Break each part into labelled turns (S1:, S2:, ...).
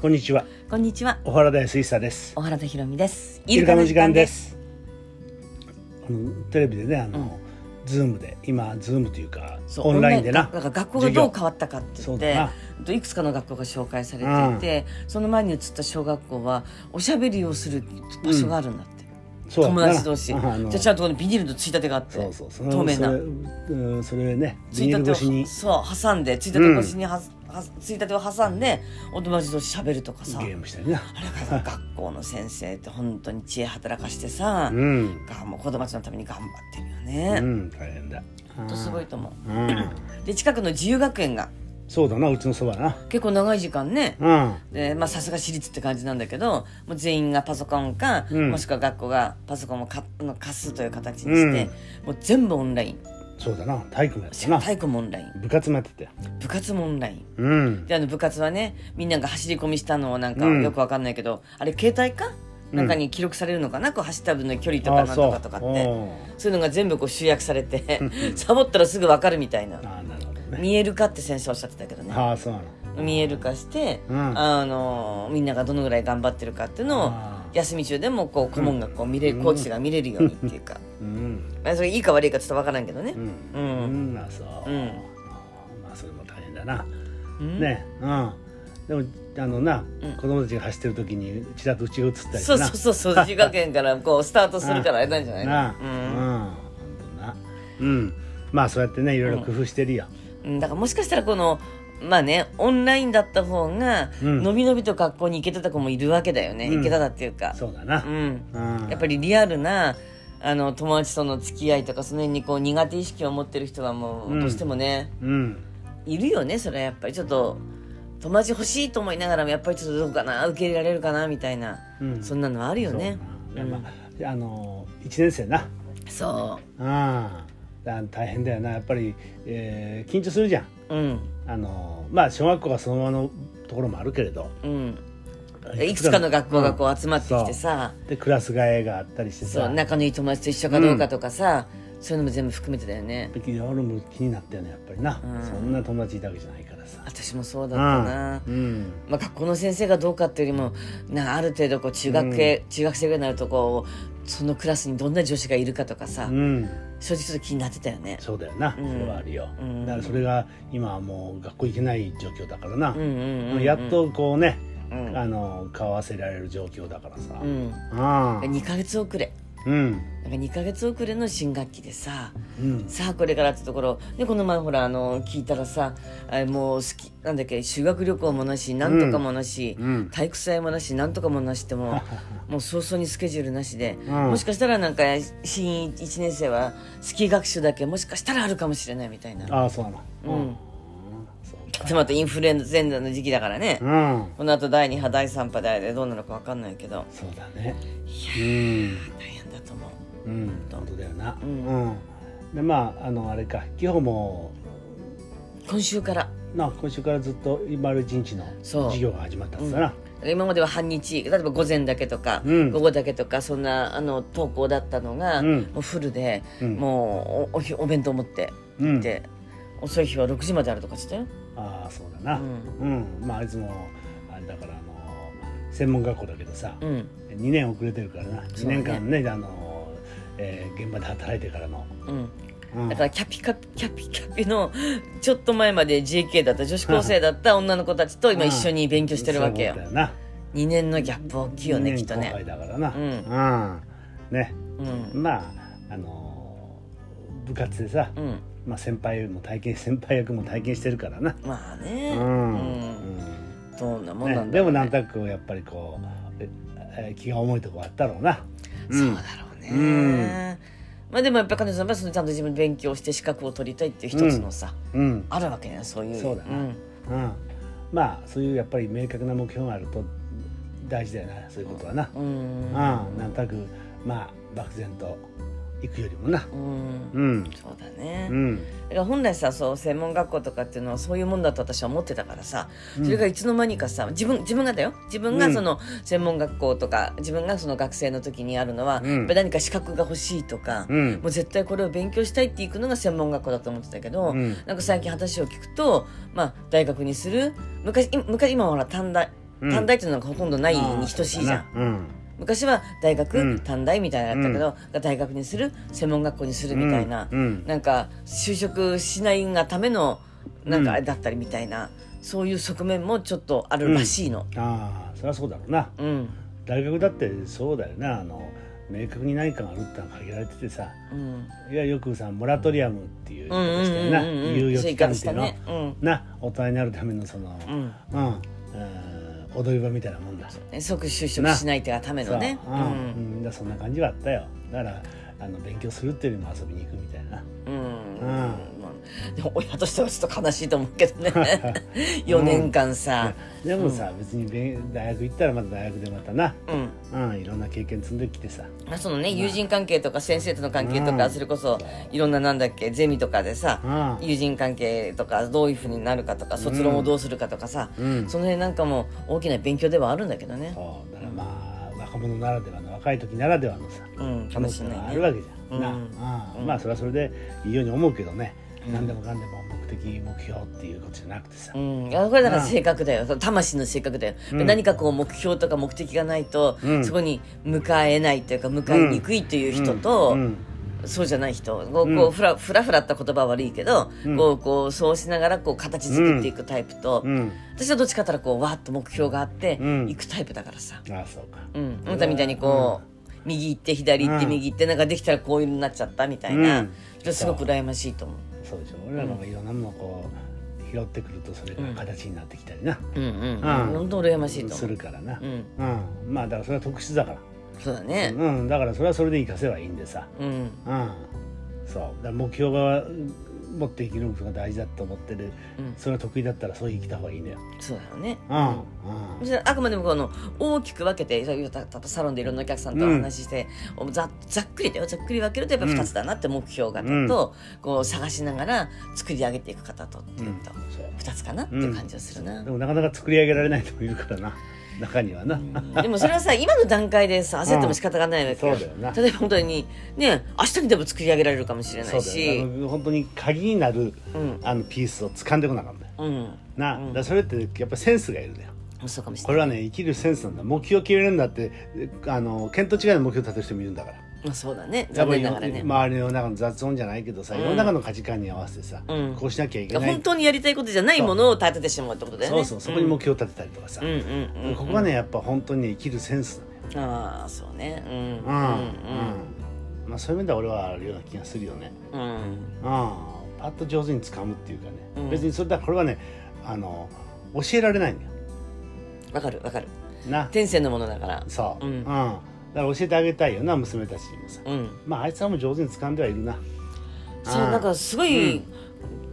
S1: こんにちは。
S2: こんにちは、
S1: 小原大水さです。
S2: 小原田博美です。
S1: イ
S2: イ
S1: ルカの時間で。す。あのテレビでね、あの、ズームで、今ズームというか、
S2: そう
S1: オンラインでな。
S2: なんか学校がどう変
S1: 授
S2: わったかって
S1: そ
S2: 言
S1: う
S2: っ
S1: だ
S2: て
S1: な、
S2: といくつかの学校が紹介されていて、その前に移った小学校はおしゃべりをする場所があるんだって。
S1: 業そう
S2: 友達同士。じ
S1: なあの
S2: ゃあちゃんとこのビニールのついたてがあって、
S1: そうそうそう。
S2: 透明
S1: それ
S2: な。
S1: うん、それね、
S2: つ
S1: ビニー
S2: いた
S1: ル
S2: てを
S1: 越しに
S2: そう挟んでついたて越しには、はついたてを挟んでお友達同士喋るとかさ。
S1: ゲームしたりな。
S2: あれからさ学校の先生って本当に知恵働かしてさ、
S1: うん、
S2: がもう子供たちのために頑張ってるよ
S1: う
S2: ね。
S1: ん、大変だ。
S2: ほんとすごいと思
S1: うん、
S2: う。で近くの自由学園が
S1: そうだな、うちのそばな。
S2: 結構長い時間ね。
S1: うん。
S2: でまあさすが私立って感じなんだけどもう全員がパソコンか、
S1: うん
S2: もしくは学校がパソコンをかあの貸すという形にして、もう全部オンライン
S1: そうだな、体育もやってたな。
S2: 体育もオンライン
S1: 部活もやってたよ。
S2: 部活もオンライン
S1: うん。
S2: であの部活はねみんなが走り込みしたのをなんか
S1: うん
S2: よくわかんないけど、あれ携帯か
S1: うん
S2: なんかに記録されるのかな、こう走った分の距離とかなんとかとかってそう
S1: おー
S2: いうのが全部こう集約されてサボったらすぐわかるみたいな
S1: あー、なるほどね。
S2: 見える化って先生おっしゃってたけどね
S1: ああ、そうなの。
S2: 見える化して、
S1: うん
S2: あのみんながどのぐらい頑張ってるかっていうのを
S1: あー
S2: 休み中でもこう顧問がこう見れる、コーチが見れるようにっていうか、
S1: うん。
S2: まあ、それいいか悪いかちょっとわからんけどね
S1: う、ん、
S2: うん
S1: うん、まあそう、
S2: うん
S1: まあそれも大変だな、
S2: うん
S1: ねうんでもあのな、
S2: うん
S1: 子供たちが走ってる時にちらっとうちが映ったりな
S2: そうそうそうそう自学園からこうスタートするからあれなんじゃない
S1: なうん、
S2: の、うん
S1: 本当なうんまあそうやってねいろいろ工夫してるよ、
S2: うんだからもしかしたらこのまあねオンラインだった方が
S1: うん
S2: のびのびと学校に行けてた子もいるわけだよね、
S1: うん
S2: 行けただっていうか
S1: そうだな
S2: う、ん
S1: うん
S2: やっぱりリアルなあの友達との付き合いとかその辺にこう苦手意識を持ってる人はも
S1: うん
S2: うどうしてもね、
S1: うん
S2: いるよねそれはやっぱりちょっと友達欲しいと思いながらもやっぱりちょっとどうかな受け入れられるかなみたいな、
S1: うん
S2: そんなのはあるよね
S1: そうだな
S2: うん
S1: まあ、あの一年生な
S2: そ
S1: うんだ大変だよなやっぱり、えー緊張するじゃん
S2: ううん
S1: あのまあ小学校がそのままのところもあるけれど
S2: うんいくつかの学校がこう集まってきてさ、
S1: でクラス替えがあったりして
S2: そう
S1: さ
S2: 仲のいい友達と一緒かどうかとかさ、そういうのも全部含めてだよね
S1: 俺も気になったよねやっぱりな、
S2: うん
S1: そんな友達いたわけじゃないからさ
S2: 私もそうだったな、
S1: うん
S2: まあ、学校の先生がどうかっていうよりもなある程度こう中学生、中学生ぐらいになるとこうそのクラスにどんな女子がいるかとかさ、
S1: うん
S2: 正直ちょっと気になってたよね
S1: そうだよな、
S2: うん
S1: それはあるよ、
S2: うん
S1: だからそれが今はもう学校行けない状況だからな、
S2: うんうんうん、うん、
S1: やっとこうね、
S2: うん、
S1: あの顔合わせられる状況だからさ、
S2: うん、
S1: ああ
S2: 2ヶ月遅れ
S1: うん
S2: なんか2ヶ月遅れの新学期でさ
S1: うん
S2: さあこれからってところでこの前ほらあの聞いたらさあもう好きなんだっけ修学旅行もなしなんとかもなし、
S1: うん
S2: 体育祭もなしなんとかもなしってもうもう早々にスケジュールなしで、
S1: うん
S2: もしかしたらなんか新1年生はスキー学習だけもしかしたらあるかもしれないみたいな
S1: ああそうなの
S2: うん
S1: そうか
S2: でまたインフルエンザの時期だからね、
S1: うん
S2: このあと第2波第3波第でどうなるか分かんないけど
S1: そうだねうん
S2: 大変だと思う
S1: うん、本当だよな。う、
S2: うんん
S1: で、まあ、あの、あれか、基本も、
S2: 今週から
S1: な、今週からずっと、丸一日の
S2: そう
S1: 授業が始まったんだな。
S2: 今までは半日例えば午前だけとか、
S1: うん
S2: 午後だけとかそんなあの投稿だったのが、
S1: うん
S2: もうフルで、
S1: うん
S2: もうおおお弁当持って
S1: う
S2: 行
S1: ん、
S2: って、遅い日は6時まであるとかしてたよ
S1: ああ、そうだな。う、
S2: うん
S1: まあ、あいつも、あれだから、あの、専門学校だけどさ
S2: う、ん
S1: 二年遅れてるからな。二
S2: そうね
S1: 年間ね、あの、えー現場で働いてからの。
S2: うん
S1: うん
S2: だからキャピカピキャピキャピのちょっと前まで JK だった女子高生だった女の子たちと今
S1: うん
S2: 一緒に勉強してるわけよ
S1: そうだよな。
S2: 2年のギャップ大きいよねきっと
S1: 二年後輩
S2: ね
S1: だからな。
S2: うん
S1: うん、ね、
S2: うん
S1: まあ、あの、部活でさ。
S2: うん
S1: まあ、先輩も体験先輩役も体験してるからな。
S2: まあ
S1: う
S2: ね
S1: ん
S2: どんなもんな
S1: ね
S2: ん、だ
S1: で
S2: ろ
S1: も
S2: う、ね
S1: なんとなくやっぱりこうええ気が重いとこあったろうな。
S2: そう
S1: うん
S2: だろうね、
S1: うん
S2: まあでもやっぱ彼女さんはそのちゃんと自分で勉強して資格を取りたいっていう一つのさ、
S1: うん
S2: あるわけねそういう
S1: そうだなんうん、まあそういうやっぱり明確な目標があると大事だよなそういうことはな。
S2: う
S1: うん
S2: ん
S1: なんとなくまあ漠然と行くよりもな。
S2: うん
S1: うん
S2: そうだね、
S1: うん
S2: だから本来さそう専門学校とかっていうのはそういうもんだと私は思ってたからさそれがいつの間にかさ自分自分がだよ自分
S1: う
S2: が
S1: ん
S2: その専門学校とか自分がその学生の時にあるのは、
S1: うん
S2: やっぱり何か資格が欲しいとか、
S1: うん
S2: もう絶対これを勉強したいっていくのが専門学校だと思ってたけど、
S1: うん
S2: なんか最近話を聞くと、まあ、大学にする昔い昔今はほら短大
S1: うん
S2: 短大っていうのがほとんどないに等しいじゃん。
S1: うん
S2: 昔は大学、
S1: うん
S2: 短大みたいなのだったけど、大学にする専門学校にするみたいな、
S1: うん
S2: なんか就職しないがためのなん
S1: う
S2: か
S1: ん
S2: あれだったりみたいな、そういう側面もちょっとあるらしいの。
S1: ああそりゃそうだろうな
S2: うん、うん
S1: 大学だってそうだよなあの明確に何かがあるってのは限られててさいやよくさモラトリアムっていう
S2: うんうん
S1: 言い方したよ
S2: うん
S1: な
S2: うん
S1: 猶予期間っていうの、
S2: そういう言い方したね
S1: な大人になるためのその、う
S2: う
S1: ん
S2: ん
S1: えー踊り場みたいなもんだ
S2: うん、即就職しないってがためのね。
S1: そううんうんだからそんな感じはあったよだからあの勉強するっていうよりも遊びに行くみたい な
S2: うん
S1: うん
S2: まあでも親としてはちょっと悲しいと思うけどね 4年間さ、
S1: でもさ、別に勉大学行ったらまた大学でまたな、
S2: うん
S1: うん、いろんな経験積んできてさ
S2: まあ、そのね友人関係とか先生との関係とか、
S1: うん
S2: それこそいろんななんだっけゼミとかでさ、
S1: うん
S2: 友人関係とかどういうふうになるかとか卒論をどうするかとかさ、
S1: うん
S2: その辺なんかも大きな勉強ではあるんだけどね、
S1: そうだからまあ若者ならではの若い時ならではのさ
S2: うん、かも
S1: 楽
S2: し
S1: し
S2: れ
S1: み
S2: な
S1: があ
S2: い
S1: る
S2: ね。
S1: わけじゃん、な
S2: うん
S1: ああ
S2: うん
S1: まあそれはそれでいいように思うけどね、
S2: うん
S1: 何でもかんでも目的目標っていうことじゃなくてさ、
S2: うん、いやこれだから
S1: うん
S2: 性格だよ、その魂の性格だよ、
S1: うん
S2: 何かこう目標とか目的がないと、
S1: うん
S2: そこに向かえないというか向かいにくいという人
S1: う
S2: と、
S1: ん
S2: そうじゃない人こう
S1: うん
S2: こうふらふらふらった言葉は悪いけど、
S1: うん
S2: こうこうそうしながらこう形作っていくタイプと、
S1: うん
S2: 私はどっちかって言ったらこうわーっと目標があって
S1: うん
S2: 行くタイプだからさ、
S1: ああそうか
S2: うん、あなたみたいにこう、右行って左行って
S1: うん
S2: 右行ってなんかできたらこういうのになっちゃったみたいな、
S1: うん
S2: それすごく羨ましいと思う。
S1: そうでしょ俺らの方がいろんなものをこう拾ってくるとそれが形になってきたりな、
S2: うんうん、
S1: うん
S2: 本当羨ましいと
S1: す
S2: 思う
S1: る。からな、
S2: うん、
S1: うんまあだからそれは特殊だから、
S2: そうだね。
S1: うん、だからそれはそれで生かせばいいんでさ、
S2: うん、
S1: うん、そうだから目標がうん持って生きることが大事だと思ってる
S2: うん、
S1: それが得意だったらそう生きた方がいいんだよ、
S2: そうだよね。
S1: うんうん
S2: そしたらあくまでもこの大きく分けてそういうたたたサロンでいろんなお客さんとお話しして、おざざっくりだよざっくり分けるとやっぱ2つだなって目標型と、こう探しながら作り上げていく方とっていうと、
S1: そう
S2: 2つかなっていう感じがするな、
S1: でもなかなか作り上げられない人もいるからな中にはな、
S2: でもそれはさ今の段階でさ焦っても仕方がないわけ、
S1: うんそうだよな
S2: 例えば本当にね明日にでも作り上げられるかもしれな
S1: そう
S2: い
S1: だよ
S2: し
S1: ねあの本当に鍵になる、
S2: うん
S1: あのピースを掴んでこなかったよ
S2: うん
S1: な、だからそれってやっぱセンスがいるんだよ
S2: そうかもし
S1: こ
S2: れ
S1: れ
S2: ない
S1: はね生きるセンスなんだ目標を決めるんだってあの見当違いの目標を立てる人もいるんだから
S2: まあそうだね残念ながらね、
S1: 周りの中の雑音じゃないけどさ、世の中の価値観に合わせてさ、
S2: うん
S1: こうしなきゃいけない
S2: 本当にやりたいことじゃないものを立ててしまうってことだよね
S1: そうそうそこに目標を立てたりとかさ、
S2: うんうんうんうん
S1: ここはねやっぱ本当にね生きるセンスだね
S2: ああそうねうん
S1: うんうんまあそういう面では俺はあるような気がするよね
S2: うんうん
S1: うんパッと上手に掴むっていうかね、
S2: うん
S1: 別にそれだからこれはねあの教えられないんだよ
S2: わかるわかる
S1: な
S2: 天性のものだから
S1: そう、
S2: うん
S1: だから教えてあげたいよな娘たちにもさ
S2: うん
S1: まああいつはもう上手に掴んではいるな
S2: そう
S1: うん
S2: なんかすごい、
S1: うん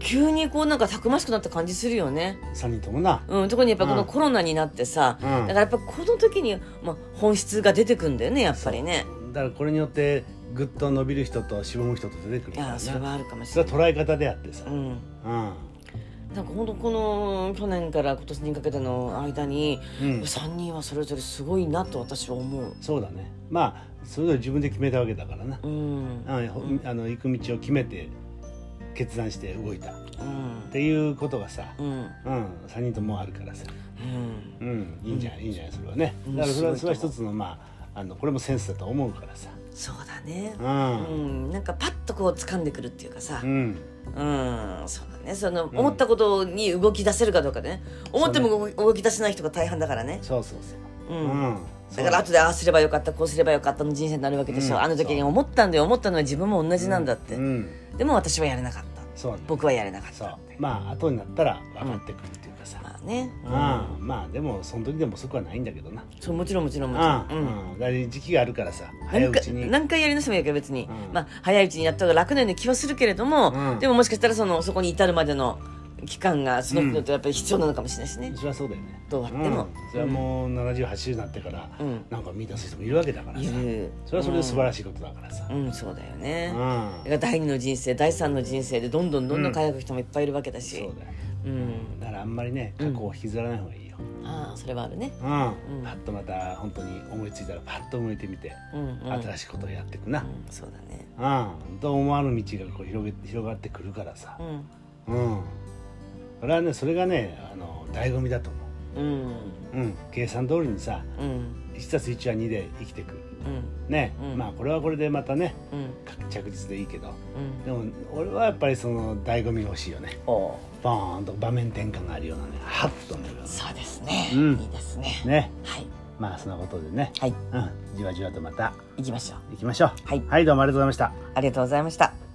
S2: 急にこうなんかたくましくなった感じするよね
S1: 3人ともな
S2: うん、特にやっぱこ
S1: う
S2: の
S1: ん
S2: コロナになってさ、
S1: うん
S2: だからやっぱこの時に、まあ、本質が出てくんだよねやっぱりね
S1: だからこれによってぐっと伸びる人としぼむ人と出てくる
S2: い
S1: から
S2: や
S1: な
S2: それはあるかもし
S1: そ
S2: れ
S1: れ
S2: な
S1: は
S2: い、
S1: 捉え方であってさ、
S2: う
S1: うん
S2: ん、
S1: うん
S2: なんかほんとこの去年から今年にかけての間に、3人はそれぞれすごいなと私は思う
S1: そうだねまあそれぞれ自分で決めたわけだからな、
S2: うん
S1: うんほあの行く道を決めて決断して動いたっ
S2: うん
S1: ていうことがさ、
S2: うん
S1: うん、3人ともあるからさ、
S2: うん
S1: うん、いいんじゃない、いいんじゃないそれはね
S2: うん
S1: だからそれは
S2: す
S1: そ
S2: ご
S1: れ
S2: い
S1: は
S2: と
S1: 一
S2: 思う
S1: つのまああのこれもセンスだと思うからさ
S2: そうだね
S1: う
S2: うんん、なんかパッとこう掴んでくるっていうかさ、
S1: う
S2: うん、
S1: ん
S2: そうだね。その思ったことに動き出せるかどうかでね。思っても動き動き出せない人が大半だからね。
S1: そうそうそう
S2: う。
S1: うんそ
S2: だ
S1: う
S2: から後でああすればよかったこうすればよかったの人生になるわけでしょ、
S1: うん
S2: あの時に思ったんだよ思ったのは自分も同じなんだって、
S1: うん、
S2: でも私はやれなかった
S1: そうなんだ
S2: 僕はやれなかっ
S1: そ
S2: た
S1: うまあ後になったら分かってくるっていうかさ、
S2: まあね、
S1: うんまあでもその時でもそこはないんだけどな
S2: そうもちろんもちろん
S1: う
S2: も
S1: ん
S2: ちろん、うん
S1: うん、だから時期があるからさ早い
S2: 何
S1: うちに
S2: 回何回やり直してもいいけど別に、
S1: うん
S2: まあ、早いうちにやった方が楽なような気はするけれども、
S1: うん
S2: でももしかしたらそのそこに至るまでの期間がその人にとってやっぱり必要なのかもしれないしね、
S1: そりゃそうだよね
S2: どうあっても
S1: んそれはもう7080になってから、
S2: うん
S1: なんか見出す人もいるわけだから
S2: い
S1: さ
S2: る
S1: それはそれで素晴らしいことだからさ、
S2: うん、そうだよね、
S1: うん
S2: だから第二の人生第三の人生でどんどんどんどん輝く人もいっぱいいるわけだし、
S1: そうだよ
S2: うん
S1: だからあんまりね過去を引きずらない方がいいよ、
S2: ああそれはあるね
S1: うん
S2: うん
S1: パッとまた本当に思いついたらパッと向いてみて、
S2: うんうん、
S1: 新しいことをやっていく
S2: う
S1: な、
S2: ん、そうだね
S1: うんと思わぬ道がこう広げ広がってくるからさ
S2: う、
S1: う
S2: ん
S1: ん、それはねそれがねあの醍醐味だと思う
S2: うん
S1: うん、計算通りにさ
S2: うん
S1: 1たす1は2で生きてく
S2: うん
S1: ね、
S2: うん
S1: まあこれはこれでまたね
S2: うん
S1: 着実でいいけど
S2: うん
S1: でも俺はやっぱりその醍醐味が欲しいよね
S2: おう
S1: ボーンと場面転換があるようなねハッとなるよう
S2: そうですね、
S1: うん
S2: いいですね
S1: なね
S2: はい
S1: まあそんなことでね、
S2: はい
S1: うん、じわじわとまた
S2: 行きましょう
S1: 行きましょう
S2: はい
S1: はいどうもありがとうございました
S2: ありがとうございました